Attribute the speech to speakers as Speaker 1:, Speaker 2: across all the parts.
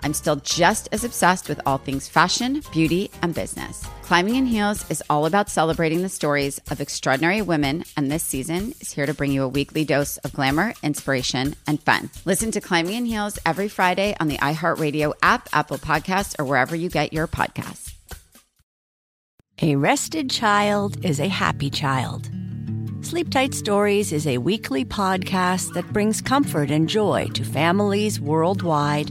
Speaker 1: I'm still just as obsessed with all things fashion, beauty, and business. Climbing in Heels is all about celebrating the stories of extraordinary women, and this season is here to bring you a weekly dose of glamour, inspiration, and fun. Listen to Climbing in Heels every Friday on the iHeartRadio app, Apple Podcasts, or wherever you get your podcasts.
Speaker 2: A rested child is a happy child. Sleep Tight Stories is a weekly podcast that brings comfort and joy to families worldwide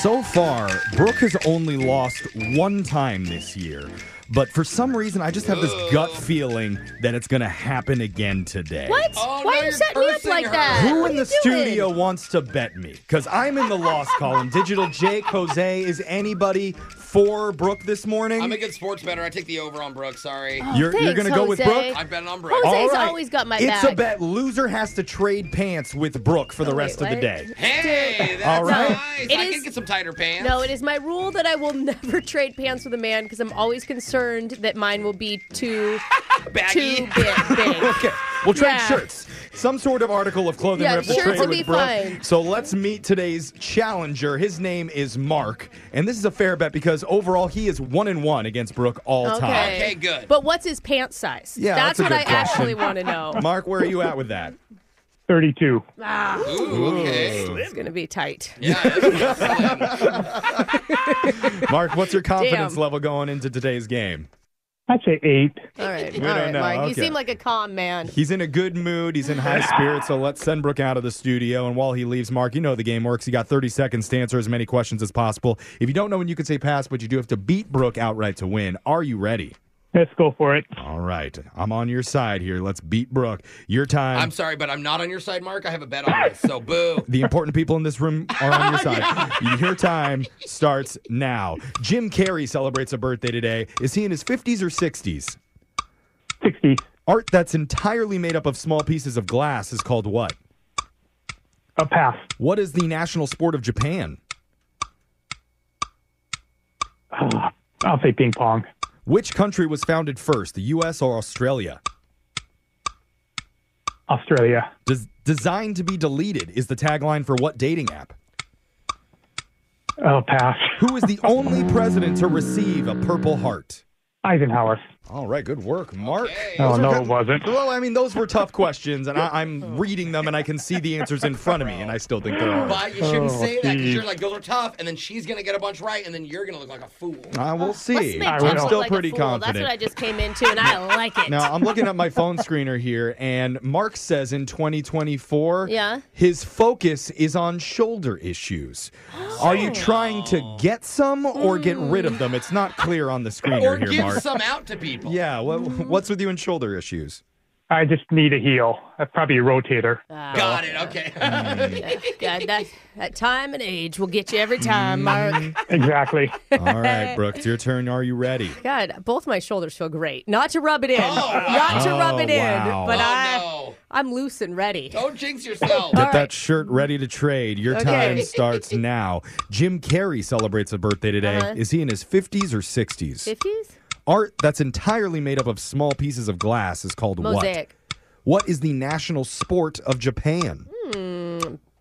Speaker 3: So far, Brooke has only lost one time this year, but for some reason, I just have this gut feeling that it's going to happen again today.
Speaker 4: What?
Speaker 5: Oh,
Speaker 4: Why are you setting me up like that?
Speaker 3: Who
Speaker 4: What
Speaker 3: in
Speaker 4: are
Speaker 3: the
Speaker 4: you doing?
Speaker 3: studio wants to bet me? Because I'm in the loss column. Digital Jake, Jose, is anybody for Brooke this morning?
Speaker 5: I'm a good sports better. I take the over on Brooke. Sorry.
Speaker 3: you're you're
Speaker 4: Oh, thanks,
Speaker 3: going to go with
Speaker 4: Jose.
Speaker 3: Brooke?
Speaker 5: I bet on Brooke.
Speaker 4: Jose's
Speaker 3: All right.
Speaker 4: always got my
Speaker 3: it's
Speaker 4: back.
Speaker 3: a bet. Loser has to trade pants with Brooke for the rest of the
Speaker 4: what?
Speaker 3: day.
Speaker 5: Hey, that's
Speaker 3: All right.
Speaker 5: nice.
Speaker 4: It
Speaker 5: I
Speaker 4: is-
Speaker 5: can get some tighter pants.
Speaker 4: No, it is my rule that I will never trade pants with a man because I'm always concerned that mine will be too
Speaker 5: baggy.
Speaker 4: too big. big.
Speaker 3: Okay, we'll trade
Speaker 4: Yeah.
Speaker 3: shirts. Some sort of article of clothing
Speaker 4: Yeah,
Speaker 3: we have to
Speaker 4: shirts
Speaker 3: trade
Speaker 4: will
Speaker 3: with
Speaker 4: be
Speaker 3: Brooke.
Speaker 4: fine.
Speaker 3: So let's meet today's challenger. His name is Mark, and this is a fair bet because overall he is one and one against Brooke all time.
Speaker 5: Okay, good.
Speaker 4: But what's his pants size?
Speaker 3: Yeah, that's
Speaker 4: that's,
Speaker 3: a
Speaker 4: what
Speaker 3: good
Speaker 4: I
Speaker 3: question.
Speaker 4: actually want to know.
Speaker 3: Mark, where are you at with that?
Speaker 6: 32.
Speaker 5: Ooh, okay.
Speaker 4: It's Ah, gonna be tight.
Speaker 5: Yeah, that's nice.
Speaker 3: Mark, what's your confidence
Speaker 4: Damn.
Speaker 3: level going into today's game?
Speaker 6: I'd say eight.
Speaker 4: All right,
Speaker 3: We
Speaker 4: all
Speaker 3: don't
Speaker 4: right,
Speaker 3: know.
Speaker 4: Mark. You
Speaker 3: Okay.
Speaker 4: seem like a calm man.
Speaker 3: He's in a good mood. He's in high spirits. So let's send Brooke out of the studio. And while he leaves, Mark, you know the game works. You got 30 seconds to answer as many questions as possible. If you don't know when you can say pass, but you do have to beat Brooke outright to win. Are you ready?
Speaker 6: Let's go for it.
Speaker 3: All right. I'm on your side here. Let's beat Brooke. Your time.
Speaker 5: I'm sorry, but I'm not on your side, Mark. I have a bet on this, so boo.
Speaker 3: the important people in this room are on your side. Your time starts now. Jim Carrey celebrates a birthday today. Is he in his 50s or 60s?
Speaker 6: 60.
Speaker 3: Art that's entirely made up of small pieces of glass is called what?
Speaker 6: A pass.
Speaker 3: What is the national sport of Japan?
Speaker 6: Uh, I'll say ping pong.
Speaker 3: Which country was founded first, the US or Australia?
Speaker 6: Australia.
Speaker 3: Des- designed to be deleted is the tagline for what dating app?
Speaker 6: Oh, pass.
Speaker 3: Who is the only president to receive a Purple Heart?
Speaker 6: Eisenhower.
Speaker 3: All right, good work, Mark.
Speaker 6: Oh,
Speaker 3: Those
Speaker 6: no,
Speaker 3: were
Speaker 6: it wasn't.
Speaker 3: Well, I mean, those were tough questions, and I, I'm reading them, and I can see the answers in front of me, and I still think they're all right.
Speaker 5: But you shouldn't
Speaker 6: Oh,
Speaker 5: say that because
Speaker 6: geez.
Speaker 5: you're like, those are tough, and then she's going to get a bunch right, and then you're going to look like a fool.
Speaker 3: I will
Speaker 4: Let's
Speaker 3: see.
Speaker 4: make
Speaker 6: I
Speaker 4: Jim
Speaker 6: will.
Speaker 3: I'm
Speaker 4: look
Speaker 3: still
Speaker 4: like a
Speaker 3: pretty
Speaker 4: fool. That's what I
Speaker 3: confident.
Speaker 4: just came into, and I like it.
Speaker 3: Now, I'm looking at my phone screener here, and Mark says in 2024,
Speaker 4: Yeah?
Speaker 3: his focus is on shoulder issues. Are you trying to get some or get rid
Speaker 4: Mm.
Speaker 3: of them? It's not clear on the screener
Speaker 5: Or
Speaker 3: here,
Speaker 5: give
Speaker 3: Mark.
Speaker 5: some out to people.
Speaker 4: Mm-hmm.
Speaker 3: Yeah, what, what's with you and shoulder issues?
Speaker 6: I just need a heel. That's probably a rotator.
Speaker 4: Ah,
Speaker 5: Got it. Okay.
Speaker 3: Mm.
Speaker 4: yeah, yeah, that, that time and age will get you every time, Mark.
Speaker 6: Exactly.
Speaker 3: All right, Brooke, it's your turn. Are you ready?
Speaker 4: God, both my shoulders feel great. Not to rub it in. Not to rub it
Speaker 3: Oh,
Speaker 4: in.
Speaker 3: wow.
Speaker 4: But
Speaker 5: oh
Speaker 4: I,
Speaker 5: no!
Speaker 4: I'm loose and ready.
Speaker 5: Don't jinx yourself.
Speaker 3: Get
Speaker 4: right.
Speaker 3: that shirt ready to trade. Your
Speaker 4: Okay.
Speaker 3: time starts now. Jim Carrey celebrates a birthday today.
Speaker 4: Uh-huh.
Speaker 3: Is he in his 50s or 60s?
Speaker 4: 50s?
Speaker 3: Art that's entirely made up of small pieces of glass is called
Speaker 4: Mosaic.
Speaker 3: what? What is the national sport of
Speaker 4: Hmm.
Speaker 3: Japan?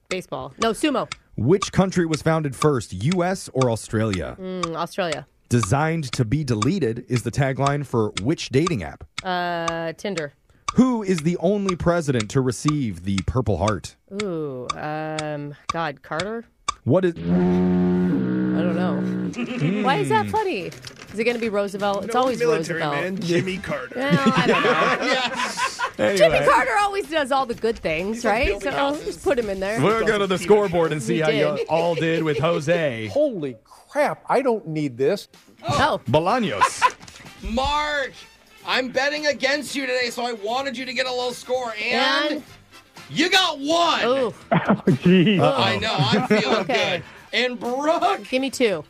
Speaker 4: Baseball. No, sumo.
Speaker 3: Which country was founded first, US or Australia?
Speaker 4: Mm, Australia.
Speaker 3: Designed to be deleted is the tagline for which dating app?
Speaker 4: Uh, Tinder.
Speaker 3: Who is the only president to receive the Purple Heart?
Speaker 4: Ooh, um, God, Carter?
Speaker 3: What is
Speaker 4: I don't know. Why is that funny? Is it going to be Roosevelt? It's always
Speaker 7: military
Speaker 4: Roosevelt.
Speaker 7: man, Jimmy Carter.
Speaker 4: No, I don't know. Jimmy
Speaker 3: anyway?
Speaker 4: Carter always does all the good things, right? So just put him in there.
Speaker 3: We'll go to the scoreboard and see
Speaker 4: We
Speaker 3: how you
Speaker 4: did.
Speaker 3: all did with Jose
Speaker 7: Holy crap! I don't need this.
Speaker 4: Oh,
Speaker 3: Bolaños.
Speaker 5: Mark, I'm betting against you today, so I wanted you to get a low score, and,
Speaker 4: And-
Speaker 5: you got one.
Speaker 4: ooh,
Speaker 6: Gee,
Speaker 5: I know. I'm feeling
Speaker 4: Okay.
Speaker 5: good. And Brooke,
Speaker 4: give me two.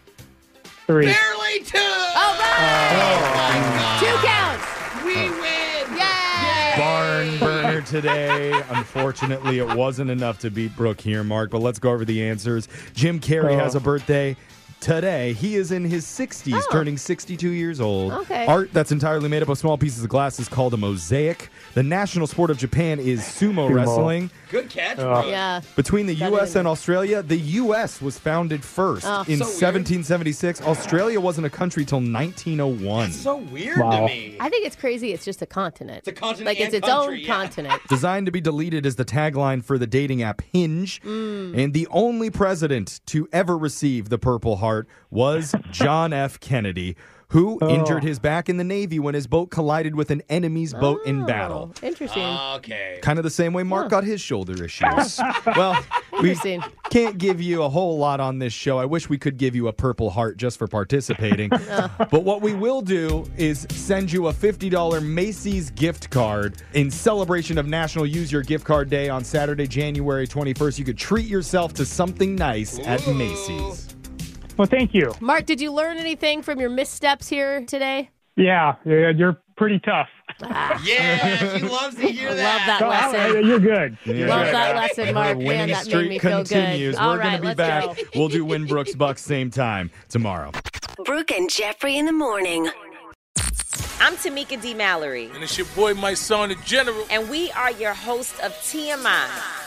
Speaker 6: three.
Speaker 5: barely two.
Speaker 4: All
Speaker 5: Oh,
Speaker 4: right,
Speaker 5: my
Speaker 4: two
Speaker 5: God.
Speaker 4: counts.
Speaker 5: We win.
Speaker 4: Yay!
Speaker 3: Barn burner today. Unfortunately, it wasn't enough to beat Brooke here, Mark, but let's go over the answers. Jim Carrey
Speaker 6: Oh.
Speaker 3: has a birthday today. He is in his 60s,
Speaker 4: Oh.
Speaker 3: turning 62 years old.
Speaker 4: Okay.
Speaker 3: Art that's entirely made up of small pieces of glass is called a mosaic. The national sport of Japan is sumo,
Speaker 6: Sumo.
Speaker 3: wrestling.
Speaker 5: Good catch, Brooke.
Speaker 4: Yeah.
Speaker 3: Between the
Speaker 4: Got it
Speaker 3: U.S.
Speaker 4: in
Speaker 3: and Australia, the U.S. was founded first
Speaker 4: Oh.
Speaker 3: in
Speaker 5: So weird.
Speaker 3: 1776. Australia wasn't a country till 1901.
Speaker 5: That's so weird
Speaker 6: Wow.
Speaker 5: to me.
Speaker 4: I think it's crazy. It's just a continent.
Speaker 5: It's a continent
Speaker 4: Like it's
Speaker 5: and
Speaker 4: its
Speaker 5: country,
Speaker 4: own
Speaker 5: yeah.
Speaker 4: continent.
Speaker 3: Designed to be deleted is the tagline for the dating app Hinge.
Speaker 4: Mm.
Speaker 3: And the only president to ever receive the Purple Heart was John F. Kennedy, who
Speaker 4: Oh.
Speaker 3: injured his back in the Navy when his boat collided with an enemy's boat in battle.
Speaker 4: Oh, Interesting.
Speaker 5: Uh, Okay.
Speaker 3: Kind of the same way Mark got his shoulder issues. well, we
Speaker 4: Interesting.
Speaker 3: can't give you a whole lot on this show. I wish we could give you a purple heart just for participating. but what we will do is send you a $50 Macy's gift card in celebration of National Use Your Gift Card Day on Saturday, January 21st. You could treat yourself to something nice at
Speaker 5: Ooh.
Speaker 3: Macy's.
Speaker 6: Well, thank you.
Speaker 4: Mark, did you learn anything from your missteps here today?
Speaker 6: Yeah, yeah, you're pretty tough.
Speaker 5: Yeah, she loves to hear
Speaker 4: Love
Speaker 5: that.
Speaker 4: that
Speaker 6: Oh, I-
Speaker 4: lesson.
Speaker 6: you're good.
Speaker 3: Yeah.
Speaker 4: Love that lesson,
Speaker 3: The
Speaker 4: Mark. Man,
Speaker 3: winning
Speaker 4: that made me
Speaker 3: streak
Speaker 4: feel
Speaker 3: continues.
Speaker 4: good.
Speaker 3: We're
Speaker 4: All
Speaker 3: going
Speaker 4: right,
Speaker 3: to be
Speaker 4: let's
Speaker 3: back.
Speaker 4: go.
Speaker 3: We'll do Win Brooks Bucks same time tomorrow.
Speaker 2: Brooke and Jeffrey in the morning.
Speaker 8: I'm Tamika D. Mallory,
Speaker 9: And it's your boy, my son, the general.
Speaker 8: and we are your hosts of TMI.